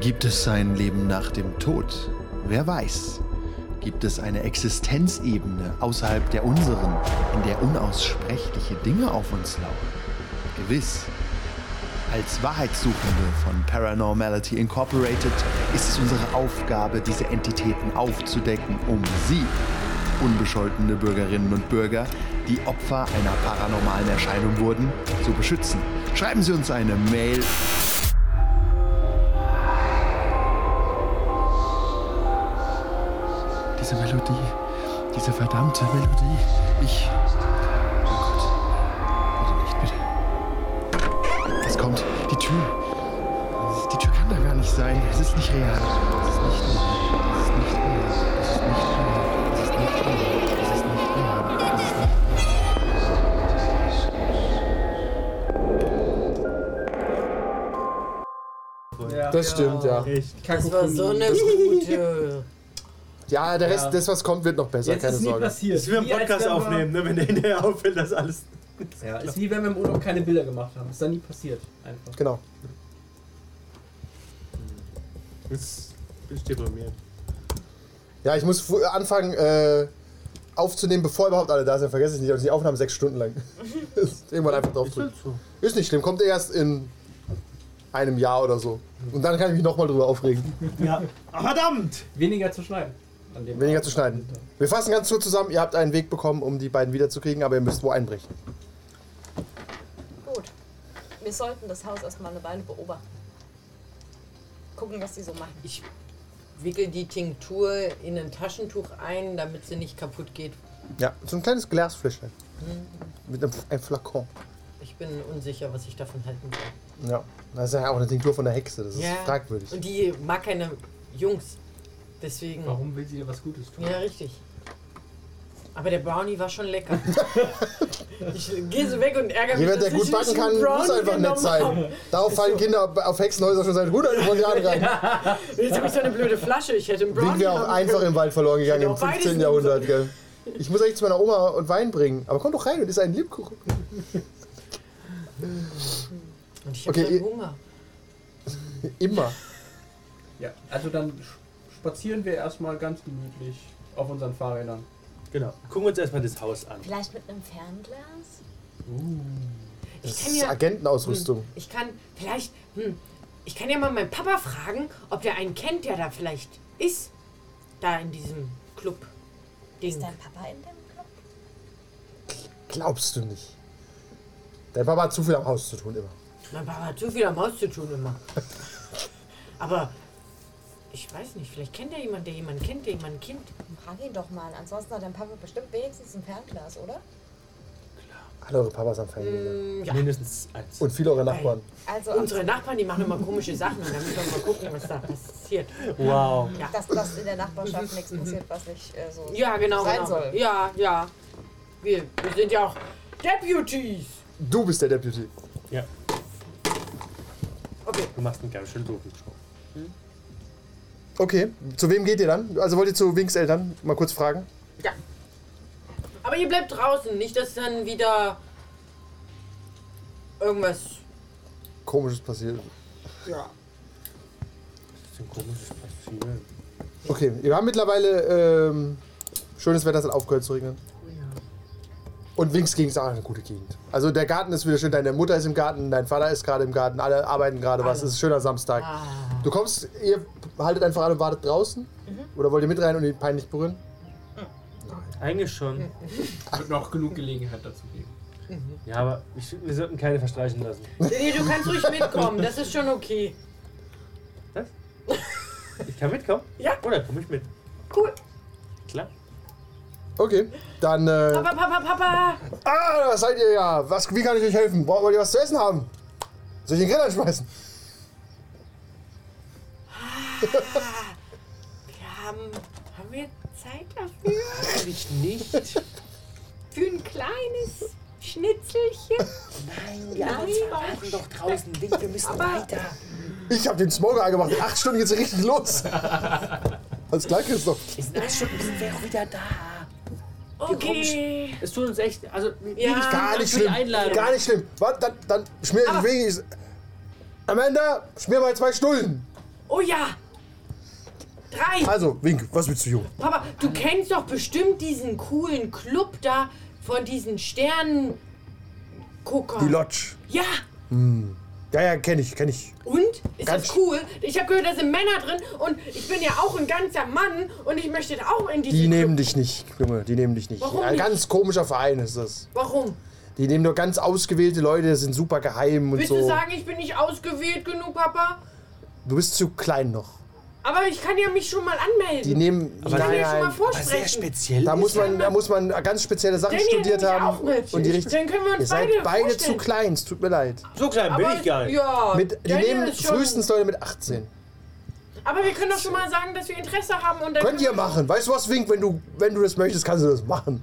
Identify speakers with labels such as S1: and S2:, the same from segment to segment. S1: Gibt es ein Leben nach dem Tod? Wer weiß? Gibt es eine Existenzebene außerhalb der unseren, in der unaussprechliche Dinge auf uns lauern? Gewiss. Als Wahrheitssuchende von Paranormality Incorporated ist es unsere Aufgabe, diese Entitäten aufzudecken, um sie, unbescholtene Bürgerinnen und Bürger, die Opfer einer paranormalen Erscheinung wurden, zu beschützen. Schreiben Sie uns eine Mail Diese Melodie, diese verdammte Melodie. Ich. Oh Gott. Bitte nicht, bitte. Es kommt. Die Tür. Die Tür kann da gar nicht sein. Es ist nicht real. Es ist nicht real. Es ist nicht real. Es ist nicht real. Es ist nicht real. Es ist nicht real. Es ist nicht real.
S2: Das stimmt, ja.
S3: Das war so eine gute.
S2: Ja, der Rest, das was kommt, wird noch besser,
S4: Jetzt
S2: keine
S4: ist nie
S2: Sorge.
S4: passiert.
S5: Das wir einen
S4: Wie als
S5: Podcast
S4: wenn wir-
S5: aufnehmen, ne? wenn der hinterher auffällt, dass alles.
S4: Ja, ist wie wenn wir im Urlaub keine Bilder gemacht haben. Ist dann nie passiert. Einfach.
S2: Genau.
S5: Jetzt bin ich deprimiert.
S2: Ja, ich muss fu- anfangen äh, aufzunehmen, bevor überhaupt alle da sind. Vergesst es nicht, also die Aufnahmen sechs Stunden lang. Irgendwann einfach drauf drücken. Ist nicht schlimm, kommt erst in einem Jahr oder so. Und dann kann ich mich nochmal drüber aufregen.
S5: Ja. Ah, verdammt!
S4: Weniger zu schneiden. An dem
S2: Weniger zu schneiden. Wir fassen ganz kurz zusammen, ihr habt einen Weg bekommen, um die beiden wiederzukriegen, aber ihr müsst wo einbrechen.
S6: Gut. Wir sollten das Haus erstmal eine Weile beobachten. Gucken, was die so machen.
S3: Ich wickel die Tinktur in ein Taschentuch ein, damit sie nicht kaputt geht.
S2: Ja, so ein kleines Glasfläschchen. Mit einem, einem Flakon.
S3: Ich bin unsicher, was ich davon halten soll.
S2: Ja. Das ist ja auch eine Tinktur von der Hexe, das ist fragwürdig.
S3: Und die mag keine Jungs. Deswegen.
S4: Warum will sie dir was Gutes tun?
S3: Ja, richtig. Aber der Brownie war schon lecker. ich gehe so weg und ärgere mich.
S2: Jemand,
S3: dass
S2: der gut
S3: ich
S2: backen
S3: nicht
S2: kann,
S3: einen
S2: muss
S3: Brownie
S2: einfach nett
S3: genommen habe.
S2: sein. Darauf fallen Kinder auf- auf Hexenhäuser schon seit 100 Jahren rein.
S3: Jetzt habe ich so eine blöde Flasche. Ich hätte einen Brownie.
S2: Sind wir auch
S3: haben
S2: einfach
S3: können.
S2: im Wald verloren gegangen
S3: Genau,
S2: im 15.
S3: beides
S2: Jahrhundert, gell? Ich muss eigentlich zu meiner Oma und Wein bringen. Aber komm doch rein und isst einen Lebkuchen.
S3: Und ich habe
S2: Okay, ihr-
S3: so Hunger.
S2: Immer.
S4: Ja, also dann sch- spazieren wir erstmal ganz gemütlich auf unseren Fahrrädern.
S5: Genau. Gucken wir uns erstmal das Haus an.
S6: Vielleicht mit einem Fernglas?
S3: Ich
S2: Das
S3: kann
S2: ist
S3: ja.
S2: Agentenausrüstung.
S3: Ich kann vielleicht. Hm, ich kann ja mal meinen Papa fragen, ob der einen kennt, der da vielleicht ist. Da in diesem Club.
S6: Ist
S3: Ding.
S6: dein Papa in dem Club?
S2: Glaubst du nicht. Dein Papa hat zu viel am Haus zu tun immer.
S3: Mein Papa hat so viel am Haus zu tun immer. Aber ich weiß nicht, vielleicht kennt er jemanden, der jemanden kennt, der jemanden kennt.
S6: Frag ihn doch mal. Ansonsten hat dein Papa bestimmt wenigstens ein Fernglas, oder?
S2: Alle eure Papas haben Fernsehen.
S3: Hm, ja.
S5: Mindestens eins.
S2: Und viele eurer Nachbarn.
S6: Also,
S3: Unsere Nachbarn, die machen immer komische Sachen und dann müssen wir mal gucken, was da passiert.
S5: wow.
S6: dass, dass in der Nachbarschaft nichts
S2: mhm.
S6: passiert, was nicht äh, so
S3: Ja, genau.
S6: sein
S3: genau.
S6: soll.
S3: Ja, ja. Wir, wir sind ja auch Deputies.
S2: Du bist der Deputy.
S5: Ja,
S3: Okay.
S5: du machst einen ganz schön doofen Job.
S2: Okay, zu wem geht ihr dann? Also wollt ihr zu Winks Eltern? Mal kurz fragen.
S3: Ja. Aber ihr bleibt draußen, nicht dass dann wieder irgendwas.
S2: Komisches passiert.
S3: Ja.
S5: Das ist ein komisches Passieren.
S2: Okay, wir haben mittlerweile ähm, schönes Wetter, es hat aufgehört zu regnen. Und Winks Gegend ist auch eine gute Gegend. Also der Garten ist wieder schön, deine Mutter ist im Garten, dein Vater ist gerade im Garten, alle arbeiten gerade was, es ist ein schöner Samstag. Du kommst, ihr haltet einfach an und wartet draußen? Oder wollt ihr mit rein und ihn peinlich berühren?
S5: Eigentlich schon.
S4: Wird noch genug Gelegenheit dazu geben.
S5: Ja, aber ich, wir sollten keine verstreichen lassen.
S3: Nee, du kannst ruhig mitkommen, das ist schon okay.
S5: Was? Ich kann mitkommen?
S3: Ja.
S5: Oder komm ich mit?
S3: Cool.
S5: Klar.
S2: Okay, dann... Äh,
S3: Papa, Papa, Papa!
S2: ah, da seid ihr ja. Was, wie kann ich euch helfen? Braucht- Wollt ihr was zu essen haben? Soll ich den Grill anschmeißen?
S3: Wir haben. Haben wir Zeit dafür?
S5: Ich nicht.
S3: Für ein kleines Schnitzelchen? Nein,
S5: Komm doch draußen, Wink, wir müssen weiter.
S2: Ich habe den Smoker angemacht. In acht Stunden geht's richtig los. Alles klar, Christoph.
S5: Ist ein Stunden sind wir auch wieder da.
S3: Okay.
S5: Es tut uns echt, also
S3: Ja.
S5: wirklich
S2: Gar nicht
S5: für die
S2: schlimm.
S5: Einladung.
S2: Gar nicht schlimm. Was, dann, dann schmier ich
S3: Aber-
S2: wenigstens. Amanda, schmier mal zwei Stullen.
S3: Oh ja! Drei!
S2: Also, Wink, was willst du, Junge?
S3: Papa, du kennst doch bestimmt diesen coolen Club da von diesen Sternenguckern.
S2: Die Lodge.
S3: Ja!
S2: Ja, ja, kenne ich, kenne ich.
S3: Und? Ist
S2: Ganz-
S3: das cool? Ich habe gehört, da sind Männer drin und ich bin ja auch ein ganzer Mann und ich möchte da auch in diesen
S2: Die nehmen
S3: Club.
S2: dich nicht, Junge, die nehmen dich nicht.
S3: Warum
S2: Ein
S3: nicht?
S2: ganz komischer Verein ist das.
S3: Warum?
S2: Die nehmen nur ganz ausgewählte Leute, sind super geheim und
S3: Willst
S2: so.
S3: du sagen, ich bin nicht ausgewählt genug, Papa?
S2: du bist zu klein noch.
S3: Aber ich kann ja mich schon mal
S2: Die
S3: anmelden.
S2: nehmen.
S3: ich kann
S2: nein,
S3: ja schon
S2: nein.
S3: mal
S5: Aber sehr
S3: vorsprechen.
S5: speziell.
S2: Da
S5: ist-
S2: muss man, da muss man ganz spezielle Sachen
S3: Daniel,
S2: studiert
S3: nehme ich
S2: haben.
S3: auch mit.
S2: Und die richtig.
S3: Dann können wir uns
S2: Ihr seid
S3: beide
S2: beide zu
S3: vorstellen.
S2: klein, es tut mir leid.
S5: So klein bin ich gar nicht.
S3: ja,
S2: Mit, die
S3: Daniel
S2: nehmen
S3: ist schon-
S2: frühestens Leute mit 18.
S3: Aber wir können doch schon mal sagen, dass wir Interesse haben und dann.
S2: Könnt ihr machen. Weißt du was, Wink, wenn du, wenn du das möchtest, kannst du das machen.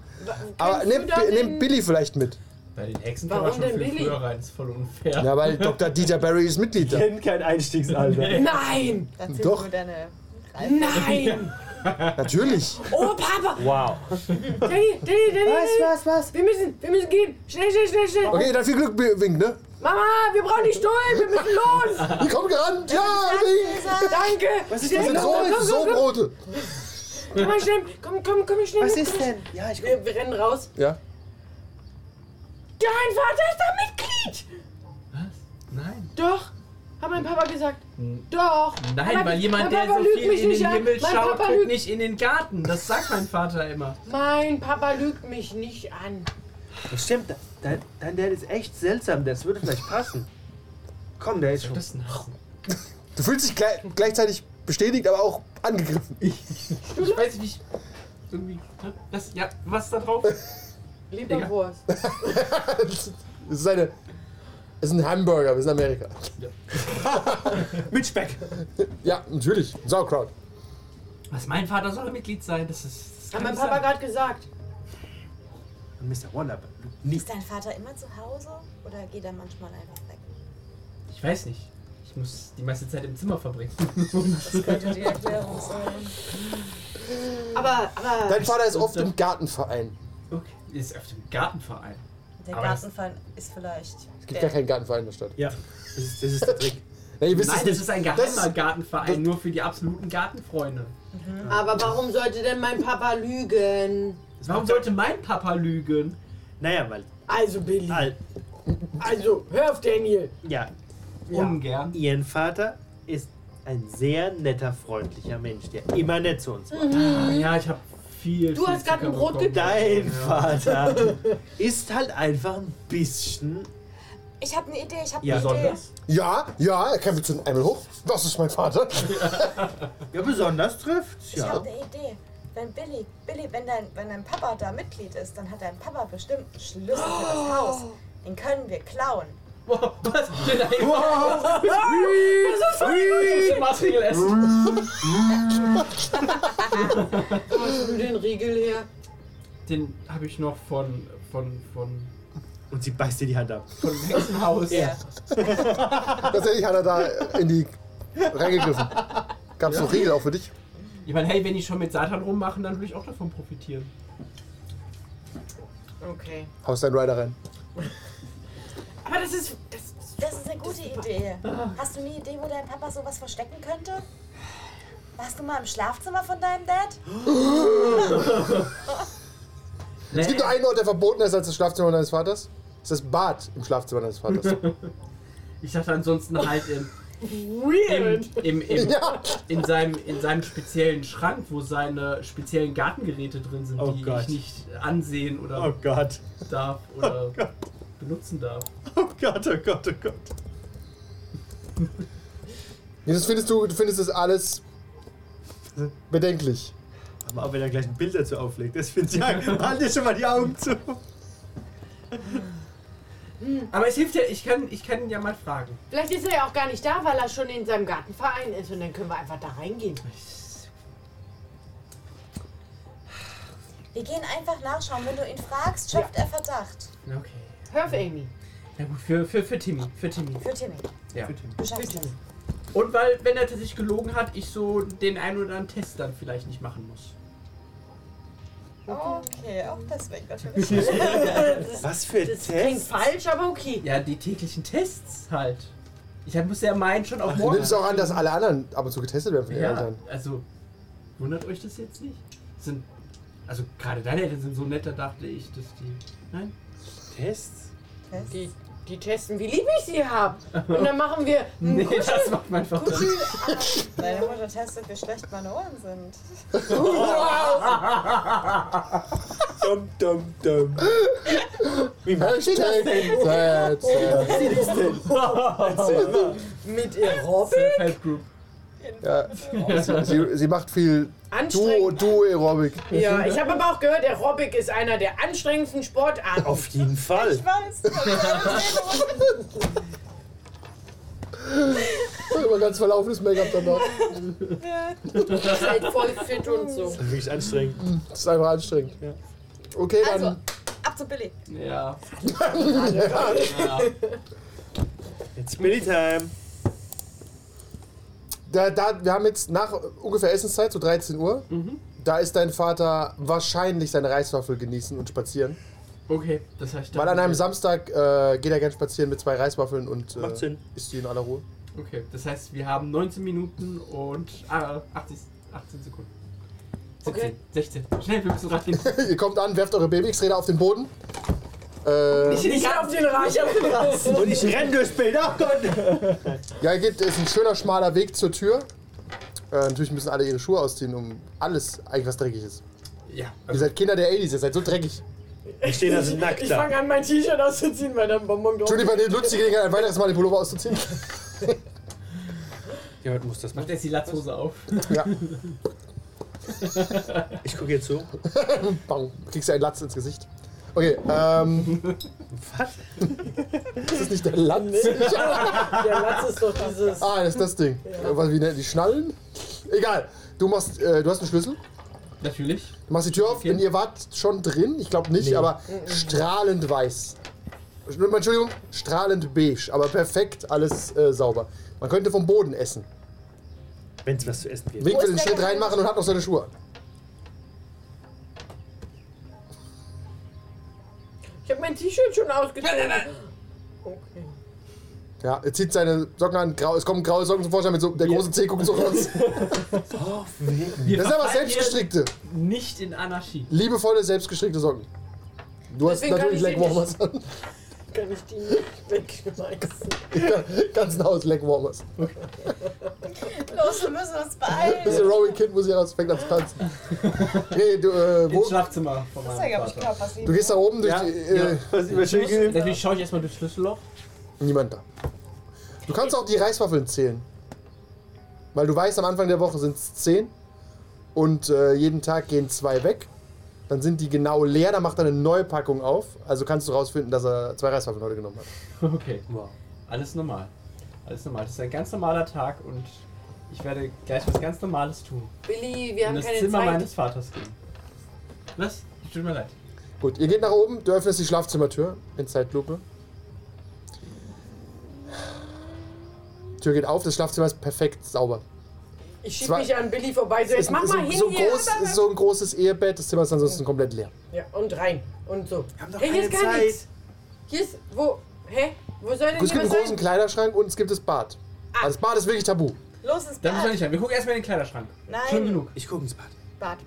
S2: Aber
S3: du
S2: nehmt
S3: da
S2: Bi-
S3: den-
S2: nehmt Billy vielleicht mit.
S4: Bei den Hexen kann
S3: Warum
S4: man
S3: denn
S4: schon viel
S3: Billy?
S4: früher rein, das ist voll unfair.
S2: Ja, weil Dr. Dieter Barry ist Mitglied da.
S5: kenne kein Einstiegsalter.
S3: Nein!
S6: Da zählt
S2: Doch.
S6: nur deine Reifen.
S3: Nein!
S2: Natürlich.
S3: Oh, Papa!
S5: Wow.
S3: Danny, Danny, Danny! Was, was, was? Wir müssen, wir müssen gehen! Schnell, schnell, schnell, schnell!
S2: Okay, dann viel Glück, Bi- Wink, ne?
S3: Mama, wir brauchen die Stullen! Wir müssen los!
S2: Die kommen gerannt. Ja, Wink.
S3: Danke! Was
S5: ist
S2: Das sind so, so Brote.
S3: Komm mal schnell! Komm, komm, komm schnell!
S5: Was
S3: mit,
S5: ist
S3: komm.
S5: denn? Ja, ich
S3: Wir, wir rennen raus.
S2: Ja.
S3: Dein Vater ist da Mitglied!
S4: Nein.
S3: Doch! Hat mein Papa gesagt. Doch!
S4: Nein,
S3: Aber
S4: weil
S3: mein
S4: jemand, der
S3: Papa
S4: so
S3: lügt
S4: viel
S3: mich
S4: in
S3: nicht
S4: den
S3: an.
S4: Himmel
S3: mein
S4: schaut,
S3: Papa
S4: guckt
S3: lügt,
S4: nicht in den Garten. Das sagt mein Vater immer.
S3: Mein Papa lügt mich nicht an.
S5: Das stimmt. Dein, dein Dad ist echt seltsam. Das würde vielleicht passen. Komm, der ist schon.
S4: Das ist ein Hauch.
S2: Du fühlst dich gle gleichzeitig bestätigt, aber auch angegriffen.
S4: Ich weiß nicht. Irgendwie. ne? Das, ja, was da drauf?
S3: Leberwurst.
S2: Es ist eine. Es ist ein Hamburger, wir sind in Amerika.
S5: Mit Speck.
S2: Ja, natürlich. Sauerkraut.
S4: Was mein Vater soll Mitglied sein, das ist. Das
S3: Hat
S4: kann
S3: mein
S4: nicht
S3: Papa
S4: sein.
S3: gerade gesagt.
S5: Und Mr. Wonder nicht.
S6: Ist dein Vater immer zu Hause oder geht er manchmal einfach weg?
S4: Ich weiß nicht. Ich muss die meiste Zeit im Zimmer verbringen.
S6: Das könnte die Erklärung sein.
S3: Aber, aber.
S2: Dein Vater ist oft im Gartenverein.
S4: Okay. Ist auf dem Gartenverein.
S6: Der
S4: Aber das-
S6: Gartenfall ist vielleicht.
S2: Es gibt gar keinen Gartenverein in der Stadt.
S5: Ja. Das ist, das ist der Trick.
S2: Ja, ihr wisst
S4: Nein,
S2: es
S4: das
S2: nicht.
S4: ist ein geheimer Gartenverein, nur für die absoluten Gartenfreunde.
S3: Aber warum sollte denn mein Papa lügen?
S5: Das
S4: Warum
S5: macht-
S4: sollte mein Papa lügen?
S5: Naja, weil.
S3: Also, Billy.
S5: Al,
S3: Also, hör auf, Daniel.
S5: ja,
S4: Ungern.
S5: ihren Vater ist ein sehr netter, freundlicher Mensch, der immer nett zu uns war.
S4: Ah, ja, ich hab viel.
S3: Hm? Du
S4: viel
S3: hast grad ein
S4: Zucker
S3: Brot
S4: bekommen.
S5: Dein
S4: Ja.
S5: Vater ist halt einfach ein bisschen.
S6: Ich habe eine Idee, ich habe
S5: Ja,
S6: eine Idee.
S4: Besonders.
S2: Ja, ja, er kämpft zu einmal hoch. Das ist mein Vater.
S5: Ja, besonders trifft's,
S6: Ich
S5: ja.
S6: habe eine Idee. Wenn Billy, Billy, wenn dein, wenn dein Papa da Mitglied ist, dann hat dein Papa bestimmt einen Schlüssel für das Haus. Den können wir klauen.
S4: Wow, was? Wow. Das ist voll Maßregel essen.
S3: Hast du den Riegel her?
S4: Den habe ich noch von. von. von.
S5: Und sie beißt dir die Hand ab.
S4: von Hexenhaus.
S5: Ja.
S2: Tatsächlich hat er da in die reingegriffen. Gab's noch Riegel auch für dich?
S4: Ich meine, hey, wenn die schon mit Satan rummachen, dann will ich auch davon profitieren.
S3: Okay.
S2: Haust deinen Rider rein.
S3: Aber das ist. Das ist
S6: Das ist eine gute Idee. Hast du eine Idee, wo dein Papa sowas verstecken könnte? Warst du mal im Schlafzimmer von deinem Dad?
S4: Ne?
S2: Es gibt nur einen Ort, der verboten ist als das Schlafzimmer deines Vaters. Das ist das Bad im Schlafzimmer deines Vaters.
S4: Ich dachte ansonsten halt im, im,
S3: weird.
S4: im, im,
S2: Ja.
S4: in, seinem, in seinem speziellen Schrank, wo seine speziellen Gartengeräte drin sind,
S5: Oh
S4: die
S5: Gott.
S4: ich nicht ansehen oder
S5: Oh Gott.
S4: darf oder benutzen darf.
S5: Oh Gott, oh Gott, oh Gott.
S2: Ja, Das findest du, du findest das alles bedenklich.
S5: Aber auch wenn er gleich ein Bild dazu auflegt, das finde ich ja. Halt dir schon mal die Augen zu.
S4: Aber es hilft ja, ich kann, ich kann ihn ja mal fragen.
S3: Vielleicht ist er ja auch gar nicht da, weil er schon in seinem Gartenverein ist und dann können wir einfach da reingehen.
S6: Wir gehen einfach nachschauen. Wenn du ihn fragst, schöpft er Verdacht.
S4: Na, Okay.
S3: Hör auf, Amy.
S4: Na gut, für, für, für Timmy. Für Timmy.
S6: Für Timmy.
S4: Ja.
S6: Du schaffst
S3: Bitte.
S6: das.
S4: Und weil, wenn er tatsächlich gelogen hat, ich so den einen oder anderen Test dann vielleicht nicht machen muss.
S6: Okay, auch deswegen natürlich.
S5: Was für ein
S3: Das klingt
S5: Test?
S3: falsch, aber okay.
S4: Ja, die täglichen Tests halt. Ich hab- muss ja meinen schon auf
S2: Du
S4: morgen.
S2: nimmst auch an, dass alle anderen ab und zu getestet werden von den
S4: ja,
S2: Eltern.
S4: also wundert euch das jetzt nicht? Sind, also gerade deine Eltern sind so nett, da dachte ich, dass die. Nein?
S5: Tests?
S6: Fest.
S3: Die, die testen, wie lieb ich sie habe. Und dann machen wir einen
S4: Nee, das macht mein Vater nicht.
S6: Deine Mutter testet, wie schlecht meine Ohren sind.
S5: Dum, dum, dum. Wie macht sie das denn?
S2: Sad, sad.
S5: Wie ist das denn? Erzähl
S3: mit ihr Robin.
S4: Help Group.
S2: Ja. Sie, sie macht viel Duo-
S3: Anstrengend.
S2: Duo-Aerobic.
S3: Ja, ich habe aber auch gehört, Aerobic ist einer der anstrengendsten Sportarten.
S5: mal. Auf jeden Fall.
S6: Ich weiß.
S2: Immer ganz verlaufenes Make-up danach.
S3: ist halt voll fit und so.
S5: Wirklich anstrengend.
S2: Das ist einfach anstrengend. Okay, dann.
S6: Also, ab zu Billy.
S4: Ja.
S5: It's Billy Time.
S2: Da, da, wir haben jetzt nach ungefähr Essenszeit, so 13 Uhr. Da ist dein Vater wahrscheinlich seine Reiswaffel genießen und spazieren.
S4: Okay, das heißt.
S2: Weil an einem Samstag äh, geht er gern spazieren mit zwei Reiswaffeln und
S5: Macht
S2: äh,
S5: Sinn.
S2: isst die in aller Ruhe.
S4: Okay, das heißt, wir haben 19 Minuten und ah, 80, 18 Sekunden. 17,
S3: Okay.
S4: 16. Schnell, wir müssen rangehen.
S2: Ihr kommt an, werft eure Babykräder auf den Boden. Äh,
S3: Nicht auf den Reich, auf den Rasen.
S5: Und ich renn durchs Bild. Ach Gott.
S2: ja, es gibt- ist ein schöner schmaler Weg zur Tür. Äh, natürlich müssen alle ihre Schuhe ausziehen, um alles eigentlich was dreckig ist.
S4: ja.
S2: Ihr seid Kinder der 80s, ihr seid so dreckig.
S5: Wir stehen also nackt
S3: Ich
S5: da.
S3: fange an, mein T-Shirt auszuziehen, weil da ein Bonbon drauf
S2: Entschuldigung, bei nutzt die Gelegenheit, ein weiteres Mal den Pullover auszuziehen.
S5: Jemand muss das
S4: Macht
S5: machen.
S4: jetzt die Latzhose auf.
S2: Ja,
S5: Ich gucke jetzt so.
S2: bang, kriegst du einen Latz ins Gesicht. Okay, ähm,
S5: Was?
S2: das ist nicht der Latz.
S3: ist. Der Latz ist doch dieses...
S2: Ah, das ist das Ding. Was, wie nennt die Schnallen? Egal. Du machst, äh, du hast einen Schlüssel.
S4: Natürlich.
S2: Du machst die Tür auf. Wenn ihr wart schon drin, ich glaube nicht, aber strahlend weiß. Entschuldigung, strahlend beige, aber perfekt, alles äh, sauber. Man könnte vom Boden essen.
S5: Wenn es was zu essen gibt.
S2: Wink will
S6: ist
S2: den
S6: der
S2: Schritt
S6: Geheimnis?
S2: reinmachen und hat noch seine Schuhe. an.
S3: Ich habe mein T-Shirt schon ausgezogen. Okay.
S2: Ja, er zieht seine Socken an, grau, es kommen graue Socken zum Vorschein mit so der großen Zeh guckt so raus.
S4: Wir
S2: Das sind aber
S4: verfallen hier
S2: selbstgestrickte,
S4: Nicht in Anarchie.
S2: liebevolle selbstgestrickte Socken. Du hast
S3: Deswegen kann
S2: natürlich
S3: ich sie
S2: Legwarmers an.
S3: Kann ich die nicht wegschmeißen?
S2: Ganzen Haus Legwarmers.
S6: Los, wir müssen
S2: Das
S6: uns beeilen.
S2: Rowan Kind muss hier raus, fängt an zu tanzen. Nee, du, äh,
S3: Oh.
S4: Ins
S2: wo,
S4: Schlafzimmer von
S6: Das ist ja,
S4: meinem
S6: glaub ich,
S4: Vater.
S6: Körperliebe.
S2: du gehst da oben durch
S4: Ja,
S2: die. Äh,
S4: ja.
S5: Was überschön
S4: Natürlich schaue ich erstmal durchs Schlüsselloch.
S2: Niemand da. Du kannst auch die Reiswaffeln zählen. Weil du weißt, am Anfang der Woche sind es 10 und äh, jeden Tag gehen zwei weg. Dann sind die genau leer, dann macht er eine neue Packung auf. Also kannst du rausfinden, dass er zwei Reiswaffeln heute genommen hat.
S4: Okay. Wow. Alles normal. Alles normal. Das ist ein ganz normaler Tag und ich werde gleich was ganz Normales tun.
S3: Billy, wir
S4: In
S3: haben
S4: das
S3: keine
S4: Zimmer
S3: Zeit.
S4: meines Vaters gehen. Was? Tut mir leid.
S2: Gut, ihr geht nach oben, du öffnest die Schlafzimmertür in Zeitlupe. Tür geht auf, das Schlafzimmer ist perfekt sauber.
S3: Ich schieb
S2: Zwei-
S3: mich an Billy vorbei. So,
S2: Es
S3: jetzt mach
S2: ist
S3: mal
S2: so,
S3: hin
S2: so
S3: hier.
S2: groß, es ist so ein großes Ehebett, das Zimmer ist ansonsten komplett leer.
S3: Ja, und rein. Und so.
S5: haben doch
S3: hey, hier ist
S5: keine
S3: gar
S5: Zeit.
S3: nichts. Hier ist. Wo? Hä? Wo soll denn
S2: Es gibt einen
S3: jemand
S2: großen
S3: sein?
S2: Kleiderschrank und es gibt das Bad. Aber das Bad ist wirklich tabu.
S6: Los
S4: Da müssen
S6: ins
S4: wir
S6: Bad.
S4: nicht rein. Wir gucken erstmal in den Kleiderschrank.
S6: Nein.
S4: Schon genug.
S5: Ich gucke ins Bad.
S6: Bad.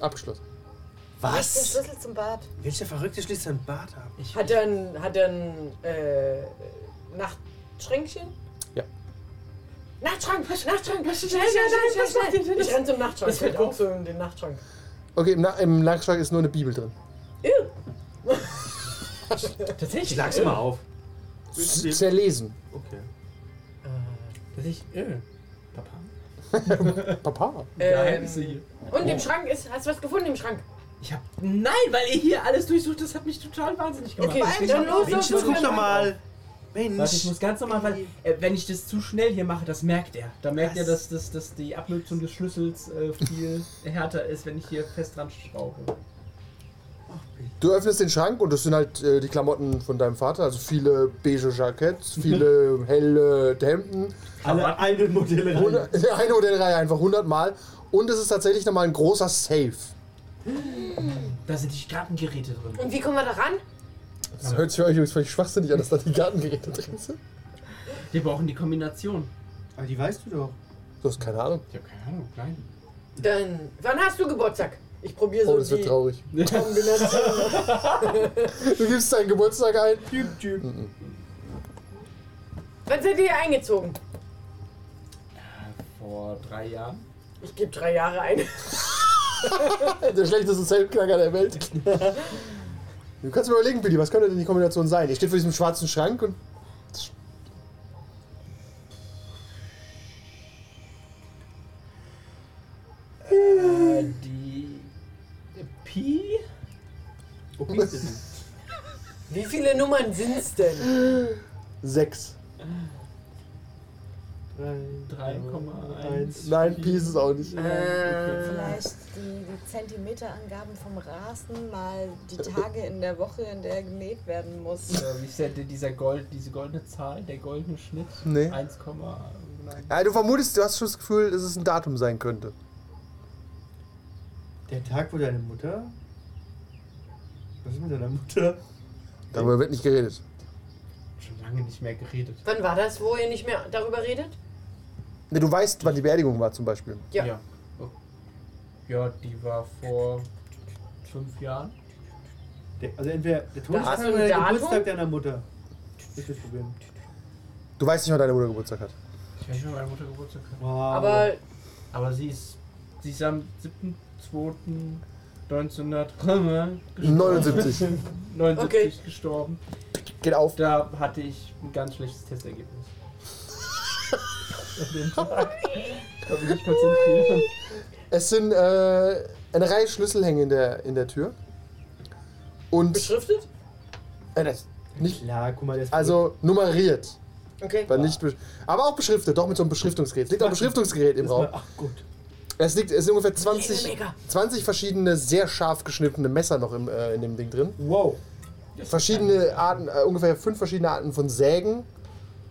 S2: Abgeschlossen.
S6: Den
S5: Was?
S6: Schlüssel zum Bad.
S5: Welcher Verrückte schließt sein Bad ab?
S4: Ich,
S3: Hat er ein, hat er ein äh, Nachtschränkchen?
S2: Ja.
S3: Nachtschrank, Nachtschrank, schnell, schnell, schnell, schnell, schnell. Ich renn zum Nachtschrank.
S4: Das fällt
S3: Ich renn
S4: auf.
S3: so in den Nachtschrank.
S2: Okay, im, Na im Nachschlag ist nur eine Bibel drin.
S3: Ew.
S4: tatsächlich.
S5: Ich lag's mal auf.
S2: Z- Zerlesen.
S5: Okay.
S4: Tatsächlich. Äh, Papa.
S2: Papa.
S4: Geheimnisse
S3: Ähm,
S4: hier.
S3: Und im Schrank ist. Hast du was gefunden im Schrank?
S4: Ich hab. Nein, weil ihr hier alles durchsucht, das hat mich total wahnsinnig gemacht.
S3: Okay,
S4: Deswegen-
S3: dann los,
S5: Mensch,
S3: los,
S5: jetzt
S3: los.
S5: guck doch mal.
S4: Warte, ich muss
S5: Mensch.
S4: ganz normal, weil äh, wenn ich das zu schnell hier mache, das merkt er. Da merkt
S5: Was?
S4: er, dass, dass, dass die Abnutzung des Schlüssels äh, viel härter ist, wenn ich hier fest dran schraube.
S2: Du öffnest den Schrank und das sind halt äh, die Klamotten von deinem Vater. Also viele beige Jacketts, viele helle Hemden.
S5: Alle alten Modelle rein.
S2: 100, eine Modellreihe einfach 100 Mal. Und es ist tatsächlich nochmal ein großer Safe.
S4: Da sind die Gartengeräte drin.
S3: Und wie kommen wir da ran?
S2: Das hört sich für euch übrigens völlig schwachsinnig an, dass da die Gartengeräte drin sind.
S4: Wir brauchen die Kombination.
S5: Aber die weißt du doch.
S2: Du hast keine Ahnung.
S4: Ich habe keine Ahnung, nein.
S3: Dann, wann hast du Geburtstag? Ich probiere so
S2: Oh, das
S3: die
S2: wird traurig.
S3: Kombination.
S2: Du gibst deinen Geburtstag ein.
S4: Typ, Typ.
S3: wann seid ihr eingezogen?
S4: Vor drei Jahren.
S3: Ich gebe drei Jahre ein.
S2: Der schlechteste Zeltknacker der Welt. Du kannst mir überlegen, Billy, was könnte denn die Kombination sein? Ich stehe vor diesem schwarzen Schrank und.
S4: Äh, die Pi?
S3: Wie viele Nummern sind's denn?
S2: Sechs.
S4: 3,1.
S2: Nein, Peace ist auch nicht.
S3: Äh,
S6: Vielleicht die, die Zentimeterangaben vom Rasen mal die Tage in der Woche, in der genäht werden muss.
S4: Äh, Wie ist der, dieser Gold, diese goldene Zahl, der goldene Schnitt?
S2: Nee.
S4: 1, nein.
S2: Ja, du vermutest, du hast schon das Gefühl, dass es ein Datum sein könnte.
S5: Der Tag, wo deine Mutter. Was ist mit deiner Mutter?
S2: Darüber wird nicht geredet.
S4: Schon lange nicht mehr geredet.
S3: wann war das, wo ihr nicht mehr darüber redet?
S2: Nee, du weißt, wann die Beerdigung war zum Beispiel.
S3: Ja.
S4: Ja, Oh. ja die war vor fünf Jahren.
S5: Der, also entweder der Todestag
S3: hast du
S5: oder der
S3: ein Datum?
S5: Geburtstag deiner Mutter. Das ist das Problem.
S2: Du weißt nicht, wann deine Mutter Geburtstag hat.
S4: Ich weiß nicht, wann meine Mutter Geburtstag hat.
S5: Wow.
S3: Aber
S4: Aber sie ist, sie ist am 7.2.1900
S2: 79.
S4: 79
S3: Okay.
S4: gestorben.
S2: Geht auf.
S4: Da hatte ich ein ganz schlechtes Testergebnis. An dem Tag. Ich konnte mich nicht konzentrieren.
S2: Es sind äh, eine Reihe Schlüssel hängen in der, in der Tür. Und.
S3: beschriftet?
S2: Äh, das, nicht.
S5: Klar, guck mal, der ist
S2: Also nummeriert.
S3: Okay.
S2: Aber, nicht besch- aber auch beschriftet, doch mit so einem Beschriftungsgerät. Es liegt auch ein Beschriftungsgerät im
S5: Das war-
S2: Raum.
S5: Ach gut.
S2: Es, liegt, es sind ungefähr 20,
S3: Mega.
S2: 20 verschiedene, sehr scharf geschnittene Messer noch im, äh, in dem Ding drin.
S5: Wow.
S2: Verschiedene Arten, äh, ungefähr fünf verschiedene Arten von Sägen.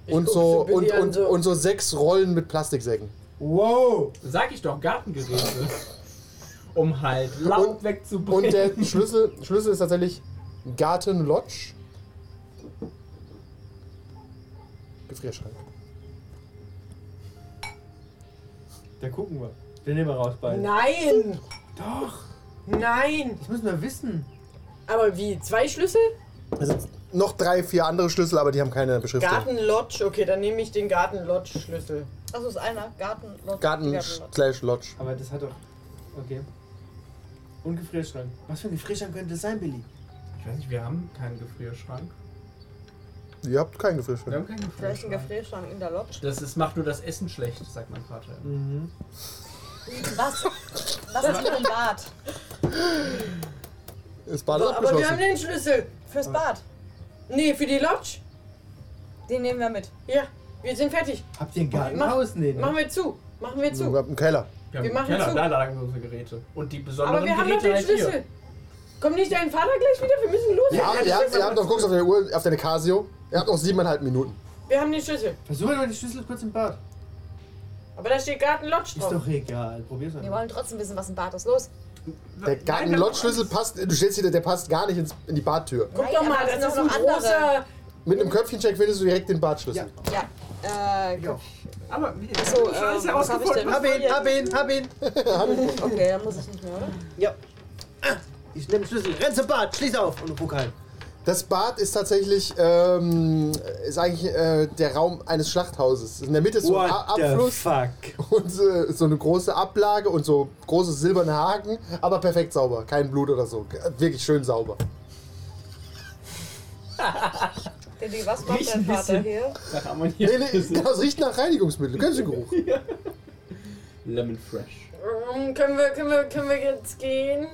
S2: Und
S3: guck
S2: so,
S3: zu Billy
S2: und,
S3: an,
S2: und,
S3: so-
S2: und so sechs Rollen mit Plastiksägen.
S5: Wow.
S4: Sag ich doch, Gartengeräte. Um halt Laub
S2: Und-
S4: wegzubringen.
S2: Und der Schlüssel, Schlüssel ist tatsächlich Garten Lodge. Gefrierschrank.
S5: Da gucken wir. Den nehmen wir raus beide.
S3: Nein!
S5: Doch.
S3: Nein!
S5: Das müssen wir wissen.
S3: Aber wie? Zwei Schlüssel?
S2: Es sind noch drei, vier andere Schlüssel, aber die haben keine Beschriftung.
S3: Garten Lodge. Okay, dann nehme ich den Garten Lodge Schlüssel.
S6: Also ist einer Garten. Lodge,
S2: Garten
S6: Lodge.
S2: slash Lodge.
S5: Aber das hat doch. Okay. Und Gefrierschrank. Was für ein Gefrierschrank könnte das sein, Billy?
S4: Ich weiß nicht, wir haben keinen Gefrierschrank.
S2: Ihr habt
S4: Wir
S2: keinen Gefrierschrank.
S4: haben keinen
S6: Vielleicht
S4: Gefrierschrank.
S6: ein Gefrierschrank in der Lodge.
S4: Das ist, macht nur das Essen schlecht, sagt mein Vater.
S5: Mhm.
S6: Was? Was ist mit dem Bad?
S2: Ist Bad
S3: So, aber wir haben
S2: Also abgeschlossen.
S3: den Schlüssel.
S6: Fürs Bad.
S3: Nee, für die Lodge.
S6: Den nehmen wir mit.
S3: Ja, wir sind fertig.
S5: Habt ihr ein Gartenhaus? Nee, ne?
S3: Machen wir zu. Machen wir
S2: Wir
S3: zu.
S2: haben einen Keller.
S4: Wir,
S3: Wir
S4: haben
S3: machen
S4: Keller,
S3: zu.
S4: da lagen unsere Geräte. Und die besonderen
S3: Aber wir haben noch
S4: Geräte
S3: den
S4: halt
S3: Schlüssel. Kommt nicht dein Vater gleich wieder? Wir müssen los.
S2: Ja, ihr habt, ihr habt noch, guckst auf deine Uhr, auf deine Casio. Ihr habt noch siebeneinhalb Minuten.
S3: Wir haben den Schlüssel.
S5: Versuchen wir mal die Schlüssel kurz im Bad.
S3: Aber da steht Garten Lodge
S5: Ist
S3: drauf.
S5: doch egal. Probier's
S6: Wir
S5: einfach.
S6: wollen trotzdem wissen, was im Bad ist. Los.
S4: hier.
S2: Der
S4: Nein,
S2: Garten
S4: wir haben
S2: Lodge Schlüssel
S4: alles.
S2: passt, du stellst dir, der passt gar nicht ins, in die Badtür.
S3: Guck
S6: Nein,
S3: doch
S6: aber
S3: mal,
S6: das
S3: das
S6: sind
S3: ist
S6: doch
S3: ein
S6: noch andere.
S3: großer.
S2: Mit einem Köpfchencheck findest du direkt den Badschlüssel.
S6: Ja. Äh, gut.
S4: Aber wir
S6: So,
S4: haben
S6: ähm,
S4: alles
S6: was hab ich denn?
S4: herausgefunden.
S6: Hab ihn, hab
S5: ihn, hab ihn.
S6: Okay, dann muss ich nicht mehr, oder?
S5: Ja. Ah, Ich nehme den Schlüssel. Renn zum Bad. Schließ auf und guck halt. rein.
S2: Das Bad ist tatsächlich ähm, ist eigentlich äh, der Raum eines Schlachthauses. In der Mitte ist so ein A-
S5: What the
S2: Abfluss
S5: fuck?
S2: und äh, so eine große Ablage und so große silberne Haken, aber perfekt sauber. Kein Blut oder so. Wirklich schön sauber.
S6: Didi, was macht
S4: Riecht
S6: dein
S4: ein
S6: Vater
S4: bisschen.
S6: hier?
S4: Nach Ammoniak.
S2: Nee, nee, das riecht nach Reinigungsmittel. Kennst du den Geruch?
S4: Lemon Fresh.
S3: Ähm, Können wir, können wir, können wir jetzt gehen?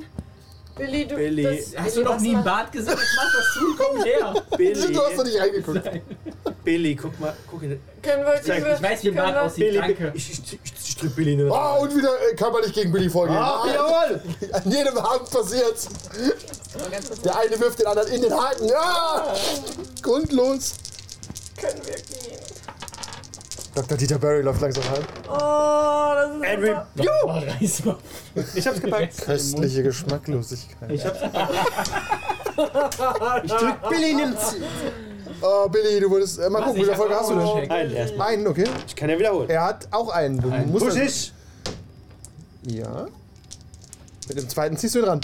S3: Billy, du.
S5: Billy.
S3: Das,
S4: Hast du
S6: Billy,
S4: noch
S6: was
S4: nie im
S6: macht-
S4: Bad gesagt? Jetzt mach das zu, komm her.
S5: Billy,
S2: Du hast doch nicht reingeguckt.
S5: Billy, guck mal. Guck ihn.
S3: können wir,
S5: sag,
S3: können wir,
S4: Ich weiß, wie ein
S3: können
S4: Bad
S3: wir-
S4: aussieht,
S5: Billy,
S4: danke.
S5: ich, ich, ich, ich strip Billy nur.
S2: Oh, und wieder äh, körperlich gegen Billy vorgehen.
S5: Ah, jawohl!
S2: An jedem Abend passiert's. Der eine wirft den anderen in den Haken. Ja! Grundlos.
S3: Können wir
S4: Also
S3: gehen?
S2: Dr. Dieter Barry läuft langsam heim.
S3: Oh, das ist.
S5: Henry,
S3: aber-
S4: Jo! Reiß mal.
S5: ich hab's gepackt.
S2: Köstliche Geschmacklosigkeit.
S5: Ich hab's gepackt. ich drück Billy in den Z-
S2: Oh, Billy, du wurdest. Äh, mal
S4: Was,
S2: gucken, wie
S4: ich
S2: viel
S4: hab
S2: Erfolg hast du
S4: auch
S2: denn?
S4: einen
S5: Einen erstmal.
S2: Einen, okay.
S5: Ich kann ja wiederholen.
S2: Er hat auch einen. Du
S4: Einen.
S2: musst
S5: Muss
S2: das-
S5: ich?
S2: Ja. Mit dem zweiten ziehst du ihn ran.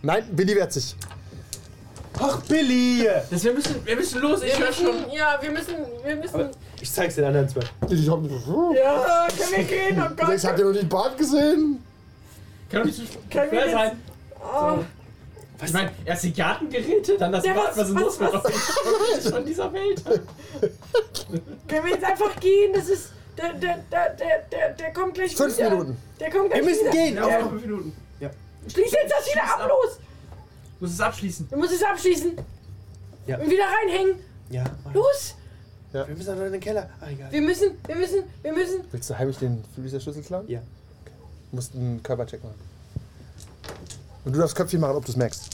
S2: Nein, Billy wehrt sich.
S5: Ach, Billy!
S4: Das, wir, müssen, wir müssen los, ich
S3: Wir
S4: höre schon.
S3: müssen, ja, wir müssen, wir müssen.
S5: Ich zeig's den anderen zwei.
S2: Ich hab nicht. Du
S3: Ja, können wir gehen? Oh
S2: denkst, habt ihr noch nicht Bart gesehen?
S4: Kann doch nicht so schwer
S3: Können wir jetzt-
S4: sein.
S3: Oh.
S4: Ich meine, erst die Gartengeräte, dann das
S3: Ja,
S4: Bad,
S3: was-
S4: was ist
S3: was-
S4: los mit euch? Von dieser Welt.
S3: Können wir jetzt einfach gehen? Das ist. Der, der, der, der, der, der kommt gleich
S2: Fünf
S3: wieder.
S2: Minuten.
S3: Der kommt gleich
S5: Wir müssen
S3: wieder.
S5: gehen!
S4: Ja, noch fünf Minuten.
S3: Schließ jetzt das wieder ab, los!
S4: Ich muss es abschließen.
S3: Du musst es abschließen.
S5: Ja.
S3: Und wieder reinhängen.
S5: Ja,
S3: Los!
S5: wir müssen doch noch in den Keller. Ah, egal.
S3: Wir müssen, wir müssen, wir müssen.
S2: Willst du heimlich den Flüsterschlüssel klauen?
S5: Ja.
S2: Du musst einen Körpercheck machen. Und du darfst Köpfchen machen, ob du es merkst.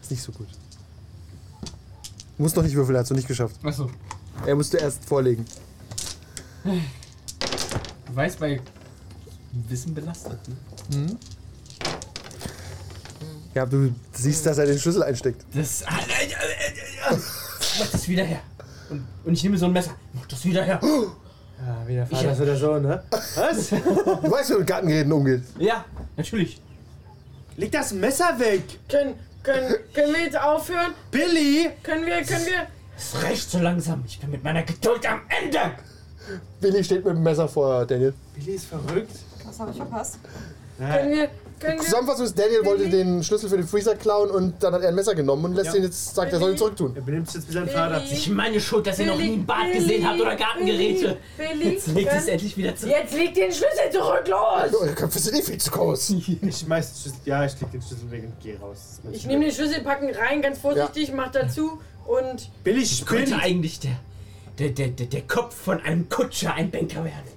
S2: Ist nicht so gut. Muss noch nicht würfeln, hast du nicht geschafft.
S4: Achso,
S2: Er musste erst vorlegen.
S4: du weißt, bei Wissen belastet, ne?
S2: Ja, du siehst, dass er den Schlüssel einsteckt.
S4: Das. Ah, nein, äh, äh, äh, äh. Mach das wieder her. Und, und ich nehme so ein Messer. Mach das wieder her.
S5: Ah, wieder Vater oder so, ne? Was?
S2: Du weißt, wie du mit Gartengeräten umgeht.
S4: Ja, natürlich.
S5: Leg das Messer weg!
S3: Können, können, können wir jetzt aufhören?
S5: Billy!
S3: Können wir, können wir.
S4: Es reicht so langsam. Ich bin mit meiner Geduld am Ende.
S2: Billy steht mit dem Messer vor Daniel.
S5: Billy ist verrückt.
S6: Was habe ich verpasst?
S3: Können wir, können wir.
S2: Zusammenfassung ist, Daniel wollte den Schlüssel für den Freezer klauen und dann hat er ein Messer genommen und lässt
S5: Ja.
S2: ihn jetzt, sagt, er soll ihn zurücktun.
S5: Er benimmt sich jetzt wie sein Vater.
S4: Nicht meine Schuld, dass ihr noch nie ein Bad gesehen habt oder Gartengeräte.
S3: Billy,
S4: Jetzt legt es
S3: können-
S4: endlich wieder zurück.
S3: jetzt legt den Schlüssel zurück,
S2: Ja,
S3: los!
S2: Eure Köpfe sind eh viel zu groß.
S5: Ich schmeiß den Schlüssel. Ja, ich leg den Schlüssel weg und geh raus.
S3: Ich nehme den Schlüssel, packen rein, ganz vorsichtig, mach dazu und.
S5: Billy
S4: Könnte
S5: spinnt!
S4: eigentlich der, der, der, der, der Kopf von einem Kutscher ein Banker werden.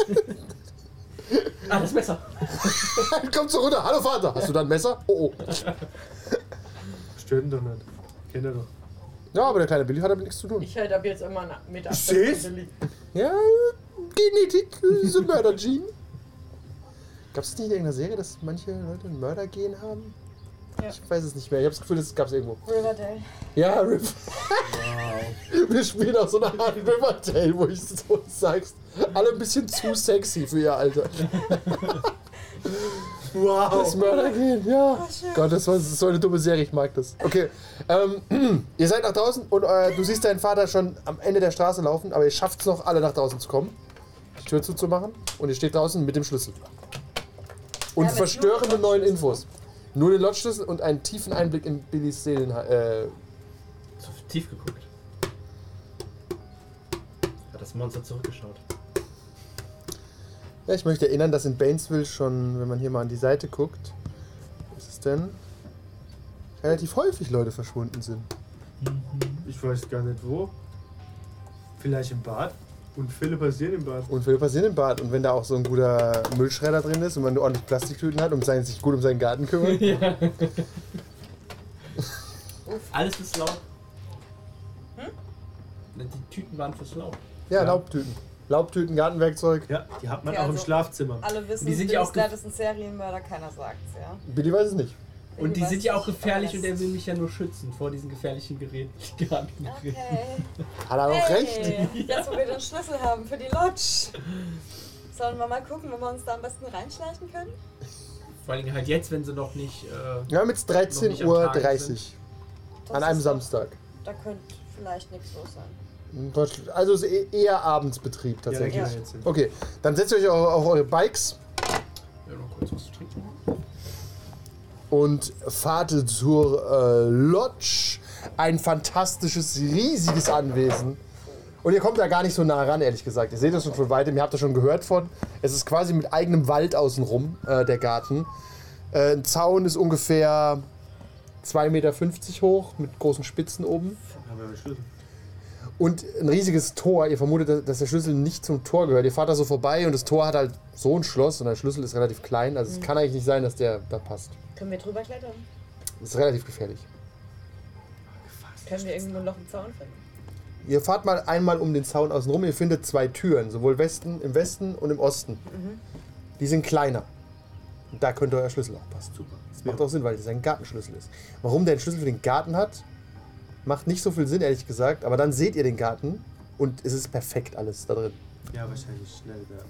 S4: ah, das Messer.
S2: Kommt so runter. Hallo Vater, hast du da ein Messer? Oh, oh.
S5: Stören doch nicht. Kennt er doch.
S2: Ja, aber der kleine Billy hat damit nichts zu tun.
S3: Ich halte ab jetzt immer na- mit Abstand.
S5: Siehst?
S3: von Billy.
S2: Ja, Genetik, diese Mörder-Gene. Gab es nicht in irgendeiner Serie, dass manche Leute ein Mörder-Gen haben?
S6: Ja.
S2: Ich weiß es nicht mehr. Ich habe das Gefühl, das gab es irgendwo.
S6: Riverdale.
S2: Ja, Rip. Wir spielen auch so eine Art Riverdale, wo ich so sagst, alle ein bisschen zu sexy für ihr Alter. Das
S5: Wow!
S2: Mörder-Gen, ja.
S6: schön.
S2: Gott, das war das ist so eine dumme Serie, ich mag das. Okay, ähm, ihr seid nach draußen und äh, du siehst deinen Vater schon am Ende der Straße laufen, aber ihr schafft es noch, alle nach draußen zu kommen, die Tür zuzumachen und ihr steht draußen mit dem Schlüssel. Und
S6: Ja, mit
S2: verstörende
S6: nur-
S2: neuen Infos. Nur den Lodge-Schlüssel und einen tiefen Einblick in Billys Seelen... Äh,
S4: So tief geguckt. Hat das Monster zurückgeschaut.
S2: Ja, ich möchte erinnern, dass in Bainesville schon, wenn man hier mal an die Seite guckt, was ist denn? Relativ häufig Leute verschwunden sind.
S5: Ich weiß gar nicht wo. Vielleicht im Bad. Und Fälle passieren im Bad.
S2: Unfälle passieren im Bad. Und wenn da auch so ein guter Müllschredder drin ist und man ordentlich Plastiktüten hat und sein, sich gut um seinen Garten kümmert.
S4: Alles ist laut. Die Tüten waren fürs Laub.
S2: Ja, Laubtüten. Laubtüten, Gartenwerkzeug.
S5: Ja, die hat man
S6: Okay,
S5: auch im
S6: also-
S5: Schlafzimmer.
S6: Alle wissen,
S4: Die sind ja
S6: Billy
S4: auch ge-
S6: Slat ist ein Serienmörder, keiner sagt's, ja.
S2: Billy weiß es nicht.
S4: Und die
S6: Irgendwas
S4: sind ja auch
S6: ist
S4: gefährlich und er
S6: anders.
S4: will mich ja nur schützen vor diesen gefährlichen Geräten. Gartengeräten.
S6: Okay.
S2: Hat er auch recht.
S6: Hey, Jetzt, wo wir den Schlüssel haben für die Lodge. Sollen wir mal gucken, wenn wir uns da am besten reinschleichen können?
S4: Vor allem halt jetzt, wenn sie noch nicht. Äh,
S2: Wir haben jetzt
S4: Noch nicht am Tag
S2: 13.30 Uhr
S4: sind.
S6: Das
S2: an einem
S6: ist-
S2: Samstag.
S6: Da könnte vielleicht nichts los sein.
S2: In Deutschland- Also ist eh- eher Abendsbetrieb
S5: Ja, da
S2: tatsächlich.
S5: gehen
S6: Ja.
S5: wir jetzt hin.
S2: Okay, dann setzt ihr euch auch auf eure Bikes
S4: ja, noch kurz was zu trinken.
S2: und fahrt zur äh, Lodge. Ein fantastisches, riesiges Anwesen. Und ihr kommt da gar nicht so nah ran, ehrlich gesagt. Ihr seht das schon von weitem, ihr habt das schon gehört von. Es ist quasi mit eigenem Wald außenrum, äh, der Garten. Äh, ein Zaun ist ungefähr 2,50 Meter hoch, mit großen Spitzen oben.
S5: Haben wir den Schlüssel.
S2: Und ein riesiges Tor. Ihr vermutet, dass der Schlüssel nicht zum Tor gehört. Ihr fahrt da so vorbei und das Tor hat halt so ein Schloss und der Schlüssel ist relativ klein. Also es kann eigentlich nicht sein, dass der da passt.
S6: Können wir drüber klettern?
S2: Das ist relativ gefährlich.
S6: Können wir irgendwo noch einen Zaun finden?
S2: Ihr fahrt mal einmal um den Zaun außen rum. Ihr findet zwei Türen, sowohl Westen, im Westen und im Osten. Die sind kleiner. Da könnte euer Schlüssel auch passen.
S5: Super.
S2: Das macht auch Sinn, weil es ein Gartenschlüssel ist. Warum der einen Schlüssel für den Garten hat, macht nicht so viel Sinn, ehrlich gesagt. Aber dann seht ihr den Garten und es ist perfekt alles da drin.
S5: Ja, wahrscheinlich schnell werden.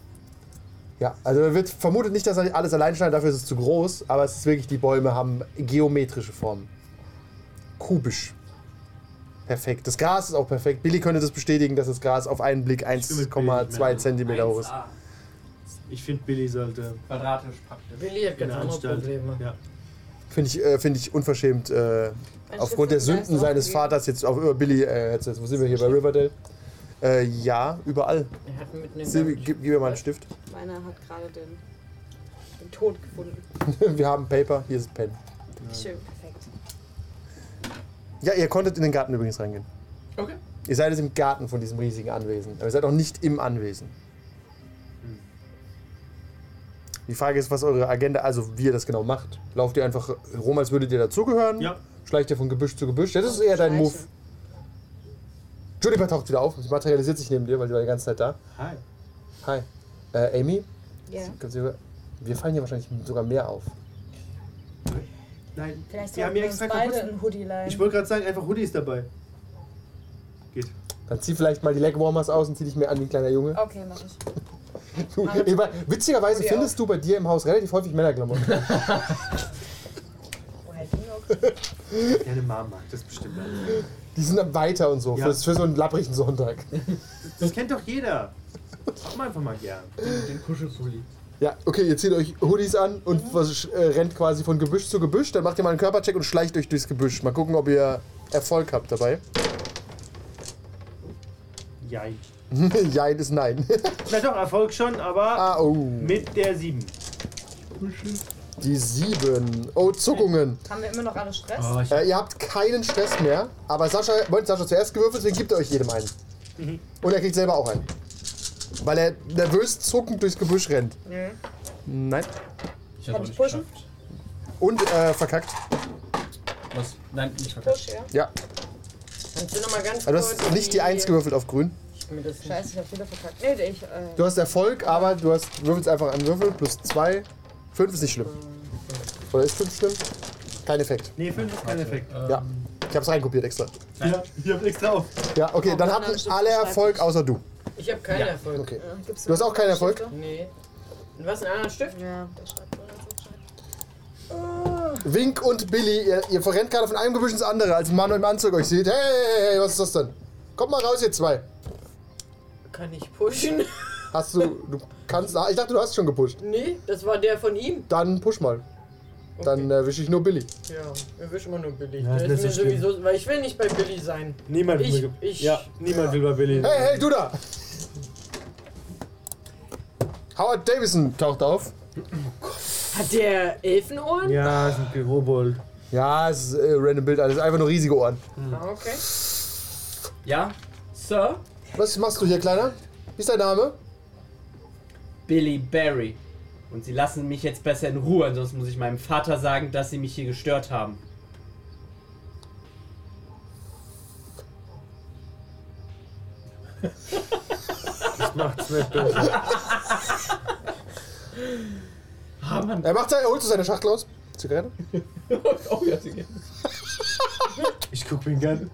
S2: Ja, also man wird vermutet nicht, dass er alles allein schneidet, dafür ist es zu groß, aber es ist wirklich, die Bäume haben geometrische Formen. Kubisch. Perfekt. Das Gras ist auch perfekt. Billy könnte das bestätigen, dass das Gras auf einen Blick
S5: bin mit Billy,
S2: 1,2
S5: Männer.
S2: Zentimeter hoch ist.
S4: 1A.
S5: Ich finde, Billy sollte
S4: Quadratisch praktisch.
S3: Willi hat
S5: in
S3: ganz
S5: der
S3: andere
S5: Anstalt.
S3: Probleme.
S5: Ja.
S2: Finde ich, äh, finde ich unverschämt. Äh,
S6: Mein
S2: aufgrund der
S6: Schlüssel ist
S2: Sünden
S6: auch
S2: seines
S6: gegeben.
S2: Vaters jetzt auch über Billy. Äh, jetzt, wo sind wir hier bei Riverdale? Äh, ja, überall.
S3: Er hat mitten in
S2: Silvi,
S3: der
S2: gib, gib mir mal einen Stift.
S6: Meiner hat gerade den, den Tod gefunden.
S2: wir haben Paper, hier ist ein Pen.
S6: Schön, perfekt.
S2: Ja, ihr konntet in den Garten übrigens reingehen.
S4: Okay.
S2: Ihr seid jetzt im Garten von diesem riesigen Anwesen. Aber ihr seid auch nicht im Anwesen. Die Frage ist, was eure Agenda, also wie ihr das genau macht. Lauft ihr einfach rum, als würdet ihr dazugehören?
S5: Ja.
S2: Schleicht ihr von Gebüsch zu Gebüsch? Das ist eher dein Move.
S6: Schleichen.
S2: Juniper taucht wieder auf. Sie materialisiert sich neben dir, weil sie war die ganze Zeit da.
S5: Hi.
S2: Hi. Äh, Amy?
S6: Ja.
S2: Kannst du- Wir fallen hier wahrscheinlich sogar mehr auf.
S5: Nein,
S6: Vielleicht
S5: wir
S6: sollten
S5: haben ja
S6: wir uns
S5: extra
S6: beide
S5: kaputt.
S6: einen Hoodie leihen.
S5: Ich wollte gerade sagen, einfach Hoodies dabei. Geht.
S2: Dann zieh vielleicht mal die Legwarmers aus und zieh dich mehr an wie ein kleiner Junge.
S6: okay, mach ich.
S2: Du, Eva, witzigerweise
S6: Hoodie
S2: findest
S6: auf.
S2: du bei dir im Haus relativ häufig Männerklamotten.
S6: Woher die noch?
S5: Deine Mom mag das bestimmt.
S2: Die sind dann weiter und so.
S5: Ja.
S2: Für, für so einen labbrigen Sonntag.
S5: Das kennt doch jeder. Komm einfach mal gern.
S4: Den, den Kuschelpulli.
S2: Ja, okay, ihr zieht euch Hoodies an und was, äh, rennt quasi von Gebüsch zu Gebüsch. Dann macht ihr mal einen Körpercheck und schleicht euch durchs Gebüsch. Mal gucken, ob ihr Erfolg habt dabei.
S5: Jein.
S2: Jein ist nein.
S5: Na doch, Erfolg schon, aber
S2: ah, oh.
S5: mit der 7.
S2: Die sieben. Oh, Zuckungen.
S6: Haben wir immer noch alle Stress?
S4: Ah.
S5: ich
S2: Äh, ihr habt keinen Stress mehr. Aber Sascha, wollte Sascha zuerst gewürfelt, deswegen gibt er euch jedem einen. Und er kriegt selber auch einen. Weil er nervös zuckend durchs Gebüsch rennt. Nein.
S4: Ich hab's
S6: Hab ich
S4: nicht
S6: pushen?
S4: geschafft.
S2: Und äh, verkackt.
S4: Was? Nein, nicht verkackt.
S6: Push, ja.
S2: Ja.
S3: Kannst du noch mal ganz
S2: Also du
S3: kurz
S2: hast nicht die Eins gewürfelt auf grün.
S3: Ich mir das nicht-
S6: Scheiße, ich hab wieder verkackt. Nee, ich. Äh,
S2: Du hast Erfolg, aber du hast würfelst einfach einen Würfel plus zwei. Fünf ist nicht schlimm. Oder ist fünf schlimm? Kein Effekt.
S5: Nee, 5 ist kein Effekt.
S4: Ähm,
S2: Ja. Ich hab's reinkopiert extra.
S5: Ja, ich hab extra auf.
S2: Ja, okay, dann
S6: Oh,
S2: hatten
S6: dann stimmt,
S2: alle
S6: ich weiß
S2: Erfolg
S6: nicht.
S2: außer du.
S3: Ich habe keinen
S5: Ja.
S3: Erfolg.
S2: Okay.
S6: gibst
S2: Du hast auch keinen Erfolg?
S6: Stifte?
S3: Nee. Und was, ein anderer Stift?
S6: Ja, der schreibt wohl dazu.
S2: Wink und Billy, ihr, ihr verrennt gerade von einem Gebüsch ins andere, als ein Mann im Anzug euch sieht. Hey, hey, hey, was ist das denn? Kommt mal raus, ihr zwei.
S3: Kann ich pushen?
S2: Hast du. Du kannst. ah, Ich dachte, du hast schon gepusht.
S3: nee, das war der von ihm.
S2: Dann push mal.
S3: Okay.
S2: Dann erwische ich nur Billy.
S3: Ja, erwisch immer nur Billy.
S5: Ja,
S3: der
S5: das
S3: ist mir
S5: ist schlimm.
S3: sowieso, weil ich will nicht bei Billy sein.
S5: Niemand
S3: Ich-
S5: will.
S3: ich-
S5: ja, niemand will bei Billy.
S2: Hey, hey, du da! Howard Davison taucht auf.
S3: Hat der Elfenohren?
S5: Ja, ist ein Kobold.
S2: Ja, es ist äh, random Bild, alles einfach nur riesige Ohren.
S3: Ah, okay.
S4: Ja, Sir
S2: Was machst du hier, Kleiner? Wie ist dein Name?
S4: Billy Barry. Und sie lassen mich jetzt besser in Ruhe, ansonsten muss ich meinem Vater sagen, dass sie mich hier gestört haben.
S5: Das macht's nicht besser.
S4: Ah, Mann.
S2: Er macht sein, er holt so seine Schachtel aus. Zigarette.
S4: Oh, ja, sie-
S5: Ich guck ihn gern.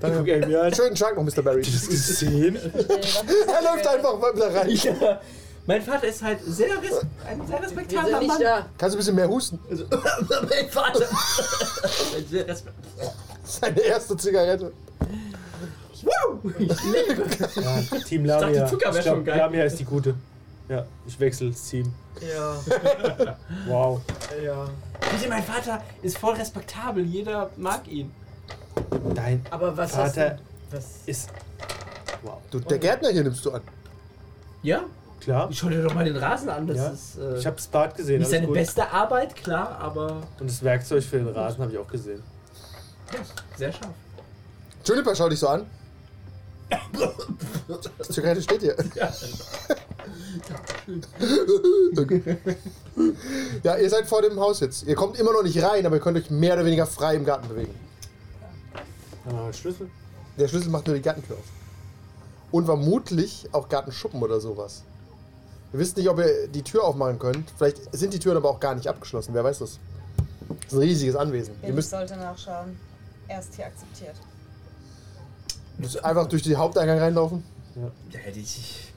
S2: Dann-
S5: ich guck ihn mir an.
S2: Schönen Schrank noch, Mr. Barry.
S5: Das gesehen.
S2: Er läuft einfach mal wieder rein.
S4: Ja. Mein Vater ist halt sehr res ein sehr
S3: Wir sind
S4: respektabler
S3: nicht
S4: Mann.
S3: da.
S2: Kannst du ein bisschen mehr husten?
S4: Also, mein Vater. Ein sehr respe-
S2: Seine erste Zigarette.
S4: Wow! Ich lebe.
S5: Ja, Team
S4: dachte,
S5: Lamia.
S4: Zucker wär
S5: Ich glaub,
S4: schon geil.
S5: Lamia ist die gute. Ja, ich wechsle das Team.
S3: Ja,
S5: Wow.
S3: ja.
S4: Bitte, mein Vater ist voll respektabel. Jeder mag ihn.
S5: Dein
S3: Aber was hast
S5: Vater
S3: du? Was?
S5: ist. Wow.
S2: Du, der Gärtner hier nimmst du an.
S4: Ja?
S5: Klar.
S4: Schau dir doch mal den Rasen an. Das
S5: Ja.
S4: ist äh,
S5: Ich hab's Bad gesehen.
S4: nicht
S5: alles
S4: seine
S5: gut.
S4: beste Arbeit, klar, aber
S5: Und das Werkzeug für den Rasen habe ich auch gesehen.
S4: sehr scharf.
S2: Juniper, schau dich so an. Die Zigarette steht hier. Ja, ihr seid vor dem Haus jetzt. Ihr kommt immer noch nicht rein, aber ihr könnt euch mehr oder weniger frei im Garten bewegen.
S5: Dann haben wir Schlüssel.
S2: Der Schlüssel macht nur die Gartentür auf. Und vermutlich auch Gartenschuppen oder sowas. Wir wissen nicht, ob ihr die Tür aufmachen könnt. Vielleicht sind die Türen aber auch gar nicht abgeschlossen. Wer weiß das? Das ist ein riesiges Anwesen. Ihr
S6: Billy
S2: müsst
S6: sollte nachschauen. Er ist hier akzeptiert.
S2: müsst einfach durch den Haupteingang reinlaufen.
S4: Ja, hätte ich.